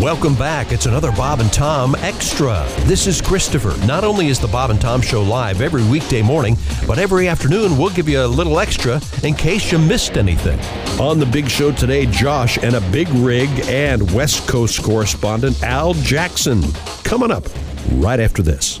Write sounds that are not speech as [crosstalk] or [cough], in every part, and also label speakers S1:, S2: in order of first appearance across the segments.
S1: Welcome back. It's another Bob and Tom Extra. This is Christopher. Not only is the Bob and Tom Show live every weekday morning, but every afternoon we'll give you a little extra in case you missed anything.
S2: On the big show today, Josh and a big rig and West Coast correspondent Al Jackson. Coming up right after this.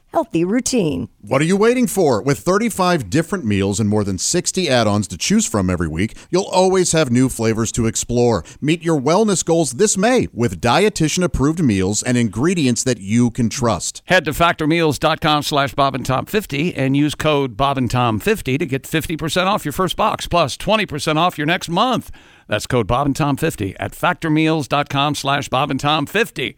S3: healthy routine.
S4: What are you waiting for? With 35 different meals and more than 60 add ons to choose from every week, you'll always have new flavors to explore. Meet your wellness goals this May with dietitian approved meals and ingredients that you can trust.
S5: Head to factormeals.com slash Bob and Tom 50 and use code Bob and Tom 50 to get 50% off your first box plus 20% off your next month. That's code Bob and Tom 50 at factormeals.com slash Bob and Tom 50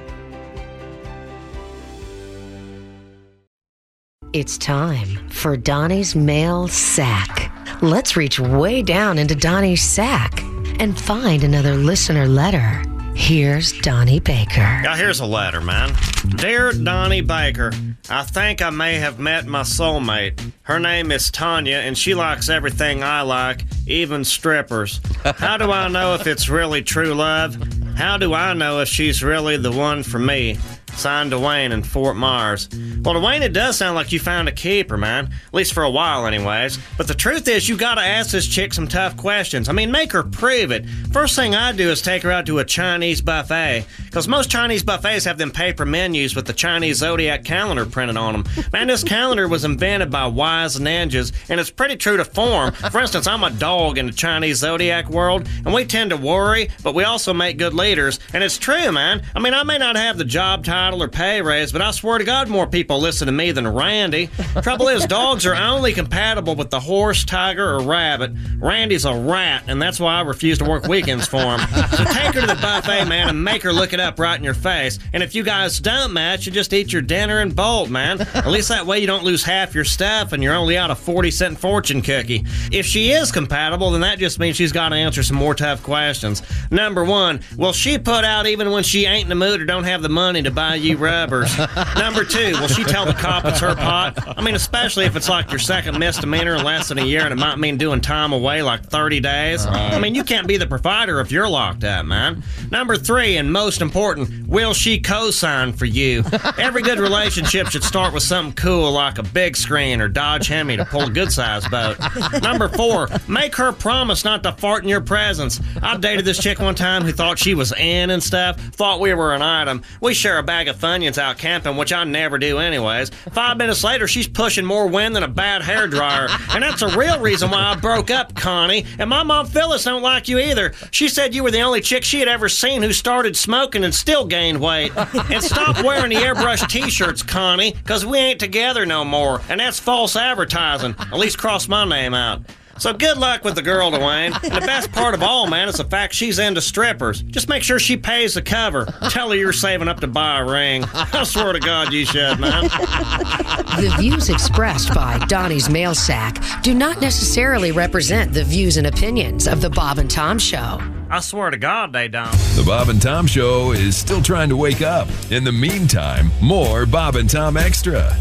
S6: It's time for Donnie's mail sack. Let's reach way down into Donnie's sack and find another listener letter. Here's Donnie Baker.
S7: Now, here's a letter, man. Dear Donnie Baker, I think I may have met my soulmate. Her name is Tanya, and she likes everything I like, even strippers. How do I know if it's really true love? How do I know if she's really the one for me? Signed Dwayne in Fort Myers. Well, Dwayne, it does sound like you found a keeper, man. At least for a while, anyways. But the truth is, you gotta ask this chick some tough questions. I mean, make her prove it. First thing I do is take her out to a Chinese buffet. Because most Chinese buffets have them paper menus with the Chinese zodiac calendar printed on them. Man, this calendar was invented by wise ninjas, and it's pretty true to form. For instance, I'm a dog in the Chinese zodiac world, and we tend to worry, but we also make good leaders. And it's true, man. I mean, I may not have the job title or pay raise, but I swear to God, more people listen to me than Randy. Trouble is, dogs are only compatible with the horse, tiger, or rabbit. Randy's a rat, and that's why I refuse to work weekends for him. So take her to the buffet, man, and make her look it up right in your face. And if you guys don't match, you just eat your dinner and bolt, man. At least that way you don't lose half your stuff and you're only out a 40 cent fortune cookie. If she is compatible, then that just means she's got to answer some more tough questions. Number one, will she put out even when she ain't in the mood or don't have the money to buy? you rubbers. Number two, will she tell the cop it's her pot? I mean, especially if it's like your second misdemeanor in less than a year and it might mean doing time away like 30 days. I mean, you can't be the provider if you're locked up, man. Number three, and most important, important. Will she co-sign for you? Every good relationship should start with something cool like a big screen or Dodge Hemi to pull a good-sized boat. Number four, make her promise not to fart in your presence. I dated this chick one time who thought she was in and stuff, thought we were an item. We share a bag of Funyuns out camping, which I never do anyways. Five minutes later, she's pushing more wind than a bad hairdryer. And that's a real reason why I broke up, Connie. And my mom Phyllis don't like you either. She said you were the only chick she had ever seen who started smoking and still gained weight. And stop wearing the airbrush t-shirts, Connie, because we ain't together no more. And that's false advertising. At least cross my name out. So good luck with the girl, Dwayne. And the best part of all, man, is the fact she's into strippers. Just make sure she pays the cover. Tell her you're saving up to buy a ring. I swear to God, you should, man.
S6: The views expressed by Donnie's mail sack do not necessarily represent the views and opinions of the Bob and Tom Show.
S7: I swear to God, they don't.
S8: The Bob and Tom Show is still trying to wake up. In the meantime, more Bob and Tom Extra.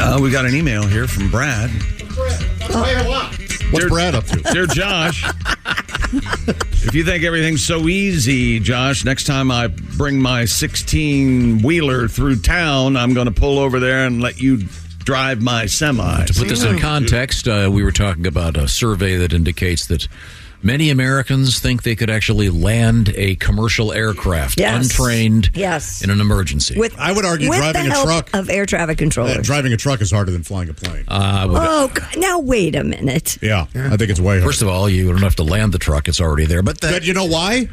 S9: Uh, we got an email here from Brad.
S4: What's Brad up to?
S9: Dear Josh, if you think everything's so easy, Josh, next time I bring my 16 wheeler through town, I'm going to pull over there and let you drive my semi.
S10: To put this in context, uh, we were talking about a survey that indicates that many Americans think they could actually land a commercial aircraft
S3: Yes.
S10: untrained
S3: Yes.
S10: in an emergency.
S3: With
S4: I would argue
S3: with
S4: driving
S3: the
S4: a
S3: help
S4: truck-
S3: of air traffic
S4: Uh,
S3: controllers.
S4: [laughs] driving a truck is harder than flying a plane.
S10: I would-
S3: oh, God. now wait a minute.
S4: yeah, I think it's way harder.
S10: First of all, you don't have to land the truck; it's already there. But that,
S4: But you know why?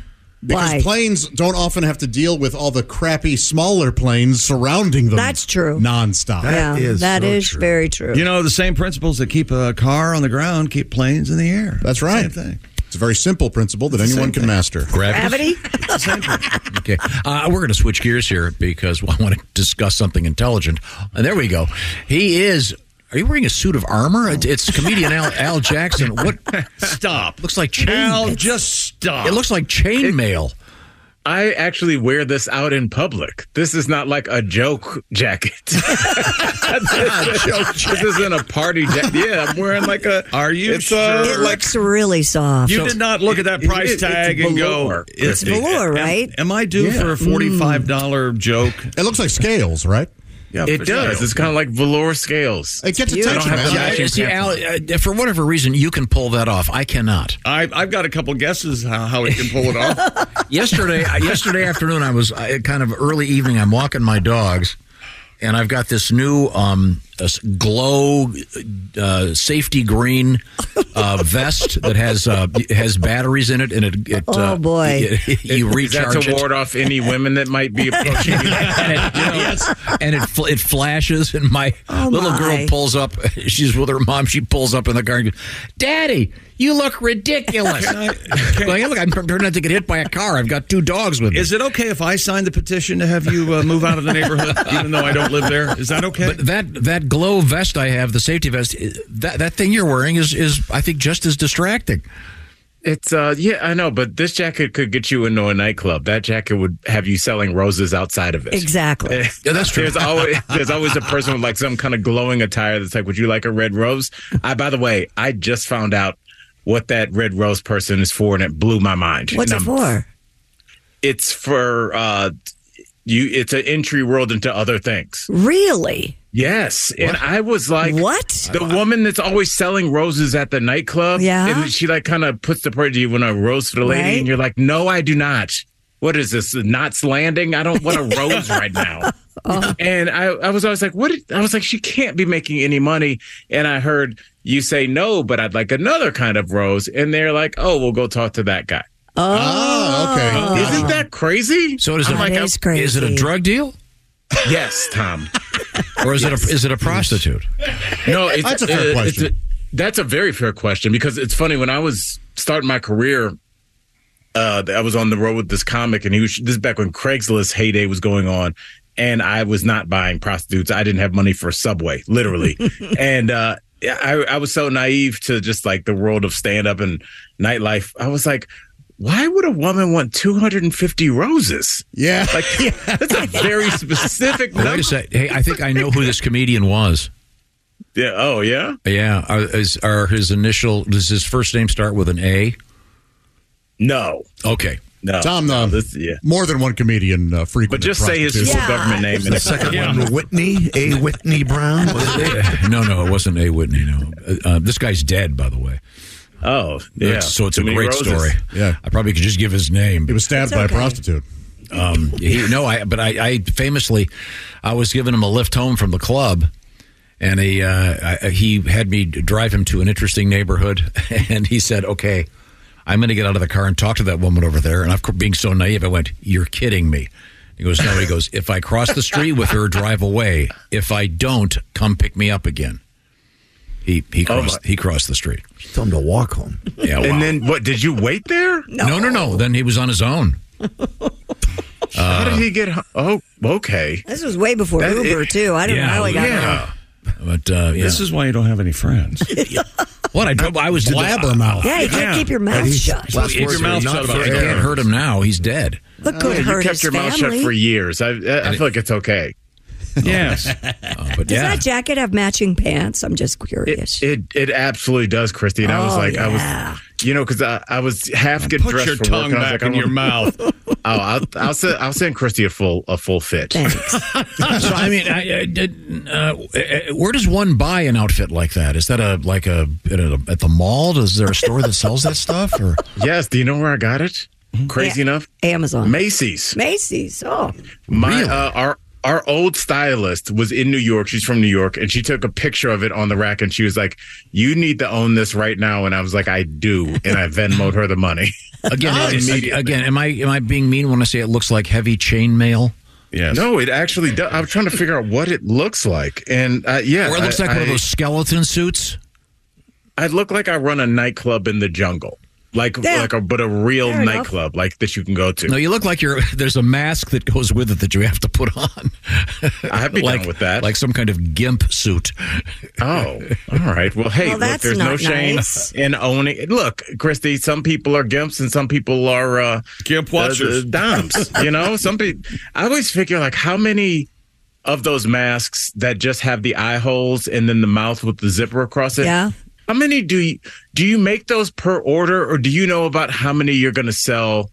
S4: Because
S3: Why?
S4: planes don't often have to deal with all the crappy smaller planes surrounding them.
S3: That's true.
S4: Nonstop.
S3: yeah,
S9: is
S3: that
S9: so
S3: is
S9: true.
S3: very true.
S9: You know, the same principles that keep a car on the ground keep planes in the air.
S4: That's right.
S9: Same thing.
S4: It's a very simple principle that anyone can master.
S3: Gravity?
S10: Okay, uh, we're going to switch gears here because [laughs] I want to discuss something intelligent. And there we go. He is. Are you wearing a suit of armor? It- It's comedian Al, Al Jackson. What
S11: Stop.
S10: looks like chain?
S9: Al, just stop.
S10: It looks like chainmail.
S11: I actually wear this out in public. This is not like a joke jacket. [laughs]
S9: [laughs]
S11: this, is, this isn't a party jacket. Yeah, I'm wearing like a.
S9: Are you
S11: It's, uh,
S9: sure?
S3: it looks really soft.
S9: you did not look at that
S11: It-
S9: price
S11: it's
S9: tag and go.
S11: velour.
S3: It's velour, right?
S9: Am, am I due for a forty-five dollar joke?
S4: It looks like scales, right?
S9: Yeah,
S11: It
S9: for
S11: does.
S9: sale.
S11: It's kind of like velour scales.
S4: It gets
S3: beautiful.
S4: attention,
S11: I don't have
S4: man.
S11: the
S10: Yeah,
S11: matching
S10: see, Al,
S11: pants.
S10: uh, for whatever reason, you can pull that off.
S11: [laughs]
S10: I cannot.
S9: I, I've got a couple guesses how, how it can pull it off.
S10: yesterday uh, yesterday afternoon i was I, kind of early evening i'm walking my dogs and i've got this new um this glow uh, safety green uh, vest that has uh, has batteries in it and it, it uh,
S3: Oh, boy.
S10: you
S11: Is that
S10: recharge
S11: to
S10: it
S11: ward off any women that might
S9: [laughs]
S11: be approaching you?
S10: and it, you know, and it, fl- it flashes, and my
S3: Oh,
S10: little
S3: my.
S10: girl pulls up. [laughs] She's with her mom. She pulls up in the car and goes, "Daddy, you look ridiculous." Like, look, [laughs] I'm turned out to get hit by a car. I've got two dogs with me.
S9: Is it okay if I sign the petition to have you uh, move out of
S10: [laughs]
S9: the neighborhood, even though I don't live there? Is that okay?
S10: But that that glow vest I have, the safety vest, i- that that thing you're wearing is is I think just as distracting.
S11: It's uh yeah, I know, but this jacket could get you into a nightclub. That jacket would have you selling roses outside of it.
S3: Exactly.
S10: Yeah, that's true.
S11: There's always there's always a person with like some kind of glowing attire that's like, Would you like a red rose? I by the way, I just found out what that red rose person is for and it blew my mind.
S3: What's it
S11: And I'm-
S3: for?
S11: It's for uh you it's an entry world into other things.
S3: Really?
S11: Yes. And I was like
S3: What?
S11: The woman that's always selling roses at the nightclub.
S3: Yeah.
S11: And she like kind of puts the prayer. Do you want a rose for the lady?
S3: Right.
S11: And you're like, no, I do not. What is this? Knots landing? I don't want a rose right
S3: [laughs]
S11: now.
S3: Oh.
S11: And I, I was always like, what? did- I was like, she can't be making any money. And I heard you say no, but I'd like another kind of rose. And they're like, oh, we'll go talk to that guy.
S4: Oh, okay.
S11: Isn't that crazy?
S10: So does it,
S3: That is crazy.
S10: is it a drug deal
S11: yes, Tom.
S10: or is it a, is it a prostitute?
S11: No, it's,
S4: That's a fair question.
S11: that's a very fair question because it's funny when I was starting my career. Uh, I was on the road with this comic, and he was this is back when Craigslist heyday was going on, and I was not buying prostitutes. I didn't have money for Subway,
S4: [laughs]
S11: literally, and uh, I, I was so naive to just like the world of stand up and nightlife. I was like, why would a woman want two hundred and fifty roses?
S4: Yeah. [laughs]
S11: Like that's a very specific
S10: Wait
S11: number.
S10: a sec. Hey, I think I know who this comedian was.
S11: Yeah. Oh yeah.
S10: Yeah, are, is, are his initial does his first name start with an A?
S11: No.
S10: Okay,
S11: No,
S4: Tom,
S11: no,
S4: uh,
S11: this- yeah.
S4: more than one comedian uh, frequent.
S11: But just say his full government name.
S12: The second
S11: Yeah.
S12: one, Whitney A. Whitney Brown. Was it?
S10: no, no, it wasn't A. Whitney. No, uh, uh, this guy's dead, by the way.
S11: Oh,
S4: yeah.
S10: so it's a
S4: Too many
S10: great
S4: roses.
S10: story.
S4: Yeah.
S10: I probably could just give his name. He
S4: was stabbed
S10: It's
S4: by
S10: okay.
S4: a prostitute.
S12: [laughs]
S10: Um, he, no, I but I, I famously, I was giving him a lift home from the club, and he uh, I, he had me drive him to an interesting neighborhood, [laughs] and he said, "Okay, I'm going to get out of the car and talk to that woman over there." And of course, being so naive, I went, "You're kidding me." He goes, "No." He goes, "If I cross the street with her, drive away. If I don't, come pick me up again." He he
S12: Oh,
S10: crossed
S12: my.
S10: he crossed the street.
S12: Tell him to walk home.
S10: Yeah, wow.
S11: And then what? Did you wait there?
S10: no. no, no, Then he was on his own.
S9: Uh,
S11: How did he get? ho- Oh, okay.
S3: This was way before
S11: That-
S3: Uber,
S11: it-
S3: too. I don't [laughs] know how he got there.
S10: But uh, yeah.
S9: This is why you don't have
S10: [laughs]
S9: any friends.
S10: what I, prob- I was did the-
S9: Blabbermouth. Yeah, you gotta keep your mouth
S10: he's-
S9: shut.
S10: Well,
S9: Last
S10: keep
S9: words
S10: your
S9: were
S10: mouth
S9: not
S10: shut.
S9: for
S10: About it. I can't
S9: error.
S10: hurt him now. He's dead.
S3: Look,
S11: Yeah, Uh, you kept your mouth shut for years. I, I, I feel like it's okay.
S9: [laughs] Yes.
S10: Oh, but
S3: Does
S11: yeah.
S3: that jacket have matching pants? I'm just curious.
S11: It it absolutely does, Christy. And I was
S3: Oh,
S11: like,
S3: yeah.
S11: I was, you know, because I, I was half getting
S9: put
S11: dressed
S9: your
S11: for
S9: tongue
S11: work, and I was
S9: back
S11: like, I
S9: in
S11: don't-
S9: your mouth.
S11: [laughs] oh, I'll, I'll send I'll send Christy a full a full fit. [laughs]
S10: so I mean, I, I did, uh, uh, where does one buy an outfit like that? Is that a like a at, a at the mall? Is there a store that sells that stuff? Or
S11: Yes. Do you know where I got it?
S9: Mm-hmm.
S11: Crazy
S3: Yeah.
S11: enough,
S3: Amazon,
S11: Macy's.
S3: Macy's. Oh,
S11: My uh, our our old stylist was in New York. She's from New York, and she took a picture of it on the rack, and she was like, "You need to own this right now." And I was like, "I do," and I Venmoed her the money.
S10: [laughs]
S11: [laughs]
S10: again,
S11: Nice.
S10: it- again, am I am I being mean when I say it looks like heavy chain mail?
S9: Yes.
S11: No, it actually does. I'm trying to figure out what it looks like, and uh, yeah,
S10: or it looks
S11: I-
S10: like one of
S11: I-
S10: those skeleton suits.
S11: I look like I run a nightclub in the jungle, like
S10: Yeah.
S11: like a but a real
S10: Fair enough.
S11: nightclub, like that you can go to.
S10: No, you look like you're. [laughs] There's a mask that goes with it that you have to put on.
S11: I'd be
S10: like
S11: down with that.
S10: like some kind of gimp suit.
S11: Oh, all right. Well, hey,
S10: Well,
S11: look,
S10: that's
S11: there's no
S10: not
S11: shame
S10: nice.
S11: in owning. Look, Christy, some people are gimps and some people are uh,
S9: gimp
S11: watchers, doms. you
S4: [laughs]
S11: know, some people. I always figure like how many of those masks that just have the eye holes and then the mouth with the zipper across it.
S3: Yeah.
S11: How many do you do you make those per order, or do you know about how many you're going to sell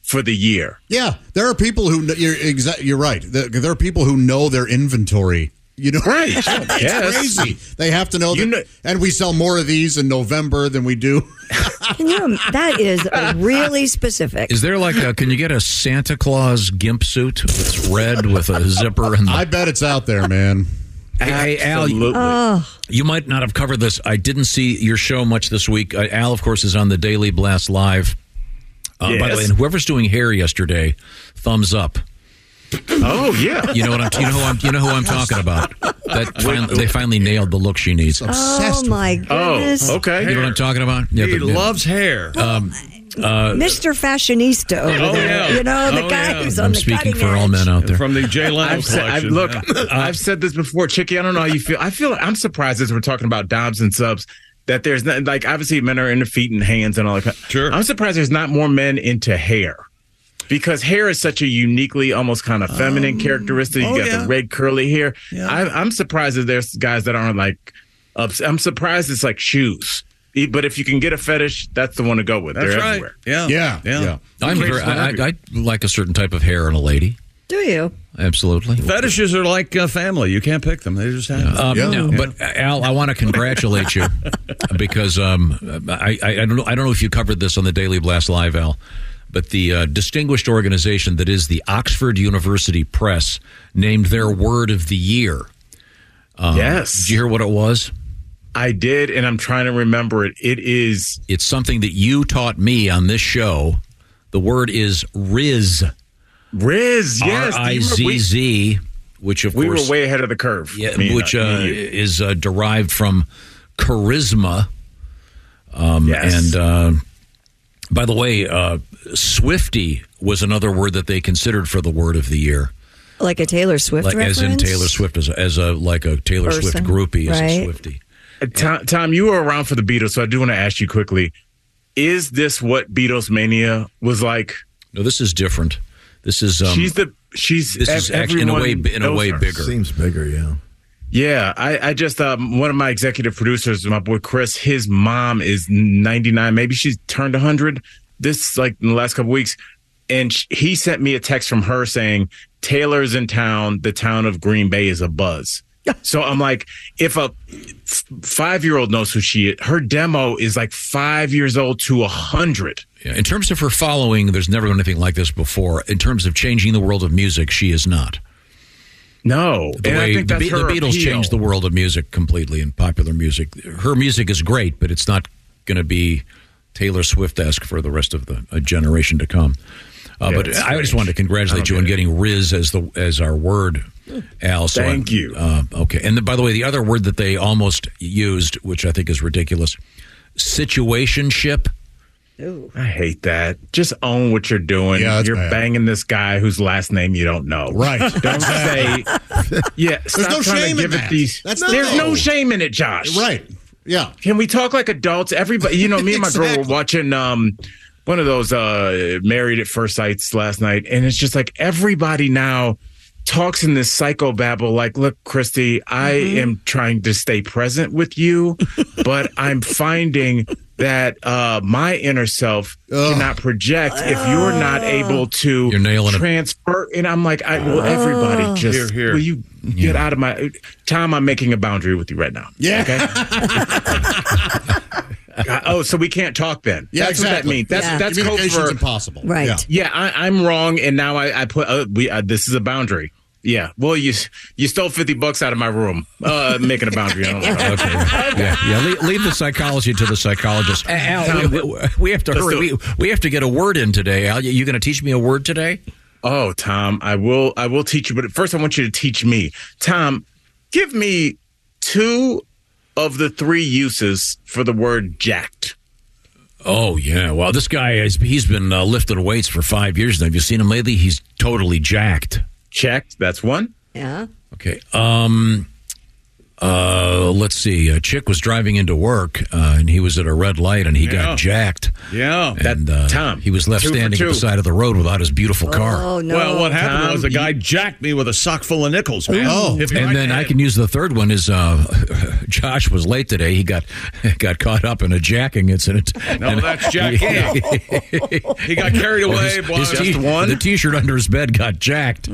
S11: for the year?
S4: Yeah, there are people who kn- you're exa- you're right. There, there are people who know their inventory. You know, [laughs]
S11: right?
S4: it's
S11: Yes.
S4: crazy. They have to know, that, and we sell more of these in November than we do. [laughs]
S3: Can you, im- that is a really specific.
S10: Is there like a? Can you get a Santa Claus gimp suit that's red with a zipper? And the, I
S4: bet it's out there, man.
S10: Hey, Al, you-
S3: Oh,
S10: you might not have covered this. I didn't see your show much this week. Uh, Al, of course, is on the Daily Blast Live. Uh, By the
S11: Yes.
S10: way, and whoever's doing hair yesterday, thumbs up.
S11: Oh yeah,
S10: You know what I'm. You know who I'm. You know who I'm talking about. That fin- they finally nailed the look she needs.
S3: oh my goodness.
S10: You know what I'm talking about?
S9: He loves
S10: hair. Um, uh,
S3: Mr. Fashionista over
S10: Oh,
S3: there.
S10: yeah.
S3: You know, the
S10: Oh,
S3: guy
S10: yeah.
S3: who's
S10: I'm
S3: on the
S10: speaking
S3: cutting
S10: for all men out there.
S9: From the Jay
S11: [laughs]
S9: Leno
S11: I've said, I've,
S9: collection.
S11: look,
S9: Yeah.
S11: [laughs] I've said this before, Chicky. I don't know how you feel. I feel I'm surprised as we're talking about Dobbs and subs that there's not like obviously men are into feet and hands and all that. Sure. I'm surprised there's not more men into hair. Because hair is such a uniquely, almost kind of feminine characteristic. You
S9: oh,
S11: got
S9: yeah.
S11: the red curly hair.
S9: Yeah.
S11: I, I'm surprised that there's guys that aren't like. Ups- I'm surprised it's like shoes. E- But if you can get a fetish, that's the one to go with.
S9: That's
S11: They're
S9: right.
S11: everywhere.
S9: Yeah.
S4: Yeah.
S9: Yeah.
S10: I'm very, I, I, I like a certain type of hair in a lady.
S3: Do you?
S10: Absolutely.
S9: Fetishes are like uh, family. You can't pick them. They just happen.
S10: Um, no, But Al, I want to
S11: [laughs]
S10: congratulate you because um, I, I, I don't know I don't know if you covered this on the Daily Blast Live, Al, but the uh, distinguished organization that is the Oxford University Press named their word of the year. Um,
S11: Yes.
S10: Did you hear what it was?
S11: I did, and I'm trying to remember it. It is.
S10: It's something that you taught me on this show. The word is Riz.
S11: Riz, yes.
S10: R I Z Z, which of
S11: we
S10: course
S11: were way ahead of the curve.
S10: Yeah,
S11: Me and
S10: which
S11: I- me
S10: uh,
S11: and you.
S10: is uh, derived from charisma. Um, And uh, by the way, uh, Swifty was another word that they considered for the word of the year,
S3: Like a Taylor Swift
S10: like
S3: reference?
S10: as in Taylor Swift, as a, as a like a Taylor Swift
S3: Person,
S10: groupie, as
S3: right.
S10: a Swifty.
S11: Uh, Tom, Tom, you were around for the Beatles, so I do want to ask you quickly: Is this what Beatles mania was like?
S10: No, this is different. This is um,
S11: she's the she's
S10: this is
S11: ev-
S10: actually in a way
S11: everyone
S10: in a
S11: knows
S10: way
S11: her.
S10: bigger.
S12: Seems bigger, yeah.
S11: Yeah, I, I just um, one of my executive producers, my boy Chris, his mom is 99. Maybe she's turned 100. This like in the last couple weeks, and sh- he sent me a text from her saying Taylor's in town. The town of Green Bay is a buzz. So I'm like, if a five year old knows who she is, her demo is like five years old to a hundred.
S10: Yeah, in terms of her following, there's never been anything like this before. In terms of changing the world of music, she is not.
S11: No,
S10: the
S11: and I
S10: way
S11: think
S10: the,
S11: that's
S10: Be- the
S11: her
S10: Beatles
S11: appeal.
S10: changed the world of music completely and popular music. Her music is great, but it's not going to be Taylor Swift esque for the rest of the a generation to come. Uh,
S11: Yeah,
S10: but
S11: it's
S10: I just
S11: strange.
S10: wanted to
S11: I
S10: congratulate
S11: don't
S10: you on
S11: get it.
S10: getting Riz as the as our word, Al. So
S11: Thank
S10: I-
S11: you.
S10: Uh, okay, and the, by the way, the other word that they almost used, which I think is ridiculous, situationship.
S11: I hate that. Just own what you're doing.
S10: Yeah, that's
S11: you're
S10: bad.
S11: banging this guy whose last name you don't know.
S10: Right.
S11: [laughs] Don't say. Yeah.
S4: There's
S11: stop
S4: no
S11: trying to
S4: shame in
S11: give it
S4: that.
S11: These,
S4: That's
S11: there's
S4: no-
S11: no shame in it, Josh.
S4: Right. Yeah.
S11: Can we talk like adults? Everybody, you know, me and my girl were watching um one of those uh married at first sights last night, and it's just like everybody now talks in this psychobabble like look christy i am trying to stay present with you but i'm finding that uh my inner self cannot project if you're not able to
S10: You're nailing it.
S11: transfer and i'm like i well everybody just
S10: Here, here.
S11: will you get out of my tom i'm making a boundary with you right now yeah okay Uh, oh, so we can't talk then.
S4: Yeah,
S11: that's what that
S4: exactly.
S11: means. That's
S4: Yeah.
S11: that's code
S4: Communication's
S11: for
S4: impossible. Right.
S11: Yeah,
S4: Yeah.
S11: I, I'm wrong, and now I, I put uh, we. Uh, this is a boundary. Yeah. Well, you you stole fifty bucks out of my room, uh, making a boundary. I don't know.
S10: yeah, yeah. Leave, leave the psychology to the psychologist. Al, we, we- we have to
S11: Let's
S10: hurry.
S11: do
S10: We, we have to get a word in today. Al, you, you going to teach me a word today?
S11: Oh, Tom, I will. I will teach you, but first I want you to teach me. Tom, give me two of the three uses for the word jacked.
S10: Oh yeah. Well, this guy is, he's been uh, lifting weights for five years now. Have you seen him lately? He's totally jacked.
S11: Checked. That's one.
S3: Yeah.
S10: Okay. Um. Uh. Let's see. A chick was driving into work, uh, and he was at a red light, and he
S11: Yeah.
S10: got jacked.
S9: Yeah.
S10: And uh,
S11: Tom,
S10: he was left
S9: two for
S10: standing at
S9: two.
S10: the side of the road without his beautiful car.
S9: Well, what happened
S11: Tom,
S9: was the guy jacked me with a sock full of nickels, man. If you
S10: and
S9: like
S10: then
S9: that-
S10: I can use the third one is uh, [laughs] Josh was late today. He got [laughs] got caught up in a jacking incident.
S9: No, that's
S10: [laughs]
S9: jacking.
S11: he got carried away. boy.
S10: His t-
S11: Just one?
S10: The T-shirt under his bed got jacked.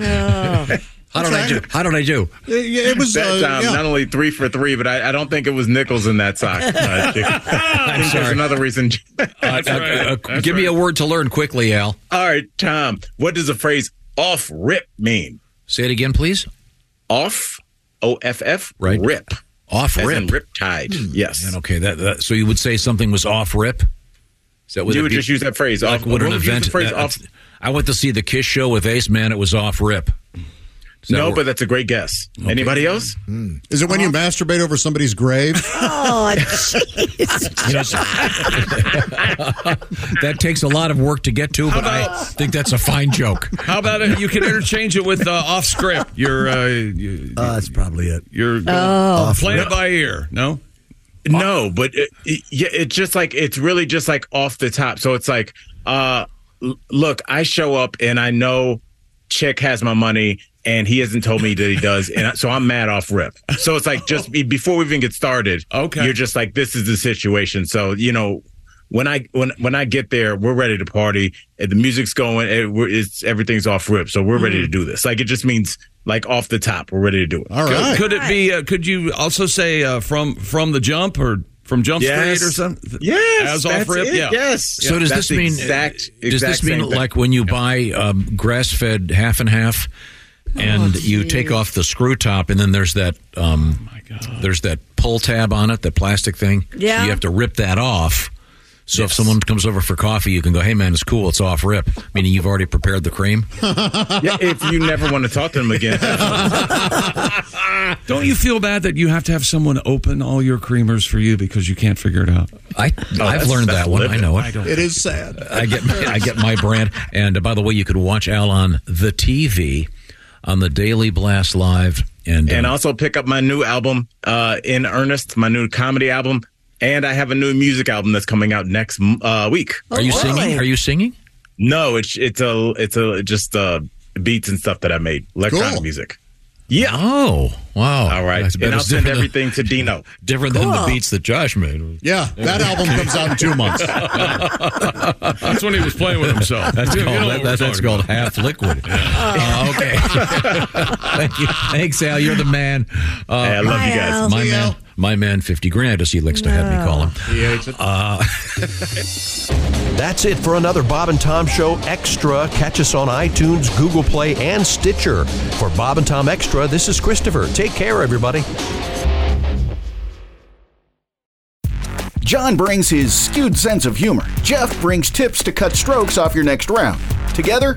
S10: How did I do? How did I do?
S4: It was
S11: that
S4: uh,
S11: time,
S4: yeah.
S11: not only three for three, but I, I don't think it was nickels in that sock. I think, I think there's
S10: sorry.
S11: another reason. [laughs]
S10: Uh, uh, uh, give me a word to learn quickly, Al.
S11: All right, Tom. What does the phrase "off rip" mean?
S10: Say it again, please.
S11: Off, O F F,
S10: Right.
S11: Rip,
S10: Off
S11: as
S10: rip.
S11: in riptide. Yes.
S10: And okay, that, that so you would say something was off rip. So
S11: you would just use that phrase.
S10: like
S11: off,
S10: what
S11: what
S10: an
S11: would you use
S10: event.
S11: the phrase
S10: uh,
S11: off?
S10: I went to see the Kiss show with Ace. Man, it was off rip. Does that
S11: No,
S10: work?
S11: but that's a great guess. Anybody else?
S4: Is it when you masturbate over
S11: [laughs]
S4: somebody's grave?
S3: Oh, jeez.
S10: that takes a lot of work to get to, but I think that's a fine joke.
S9: How about if you can interchange it with uh, off script? You're uh, you,
S12: Uh, that's probably it.
S9: you're
S3: Oh.
S9: playing it by ear. No,
S11: No, but it, it, yeah, it's just like it's really just like off the top. So it's like, uh, l- look, I show up and I know Chick has my money and he hasn't told me that he does, and I- so I'm mad off rip. So it's like
S4: [laughs]
S11: just be- before we even get started,
S9: Okay.
S11: you're just like, this is the situation. So you know. When I when when I get there, we're ready to party. and The music's going. and we're, it's everything's off rip, so we're ready to do this. Like it just means like off the top, we're ready to do it.
S4: Mm. All
S9: could,
S4: right.
S9: could it be? Uh, could you also say uh, from from the jump or from jump
S11: Yes.
S9: straight or something?
S11: Yes,
S9: as off
S11: that's
S9: rip.
S11: it,
S9: Yeah,
S11: Yes.
S10: So does
S11: That's
S10: this mean
S11: exact,
S10: does
S11: exact
S10: this mean
S11: same thing.
S10: like when you buy um, grass fed half and half, and you take off the screw top, and then there's that um,
S9: Oh
S10: there's that pull tab on it, that plastic thing.
S3: Yeah.
S10: So you have to rip that off. So if someone comes over for coffee, you can go, "Hey man, it's cool, it's off rip," meaning you've already prepared the
S9: [laughs]
S10: cream.
S9: Oh,
S11: yeah, if you never want to talk to them again?
S4: [laughs]
S9: Don't you feel bad that you have to have someone open all your creamers for you because you can't figure it out?
S10: I I've learned that one. I know it. I,
S4: It is sad.
S10: get my, I get my brand. And uh, by the way, you could watch Al on the TV on the Daily Blast Live, and,
S11: and
S10: uh,
S11: also pick up my new album, uh, in earnest, my new comedy album, and I have a new music album that's coming out next m- uh, week.
S10: are you
S3: really?
S10: singing? Are you singing?
S11: No, it's it's a it's a just uh, beats and stuff that I made, electronic
S4: Cool.
S11: music.
S10: Yeah. Oh, wow.
S11: All right. And I'll
S10: [laughs]
S11: send everything to Dino.
S10: Different than the
S11: Cool.
S10: beats that
S11: [laughs]
S10: Josh made.
S4: Yeah, that album comes out in two months.
S5: That's when he was playing with himself.
S10: That's
S5: You know
S10: called,
S5: what
S10: that-
S5: we're
S10: that's
S5: talking
S10: called
S11: [laughs]
S10: half liquid. Uh, okay. Thank you. Thanks, Al. You're the man. Uh,
S11: Hey, I love you Hi, guys. Al.
S10: My
S11: See you,
S10: man,
S11: Al.
S10: my man, 50 grand, as he likes to have me call him. He hates it. Uh,
S1: That's it for another Bob and Tom Show Extra. Catch us on iTunes, Google Play, and Stitcher. For Bob and Tom Extra, this is Christopher. Take care, everybody.
S13: [laughs] John brings his skewed sense of humor. Jeff brings tips to cut strokes off your next round. Together,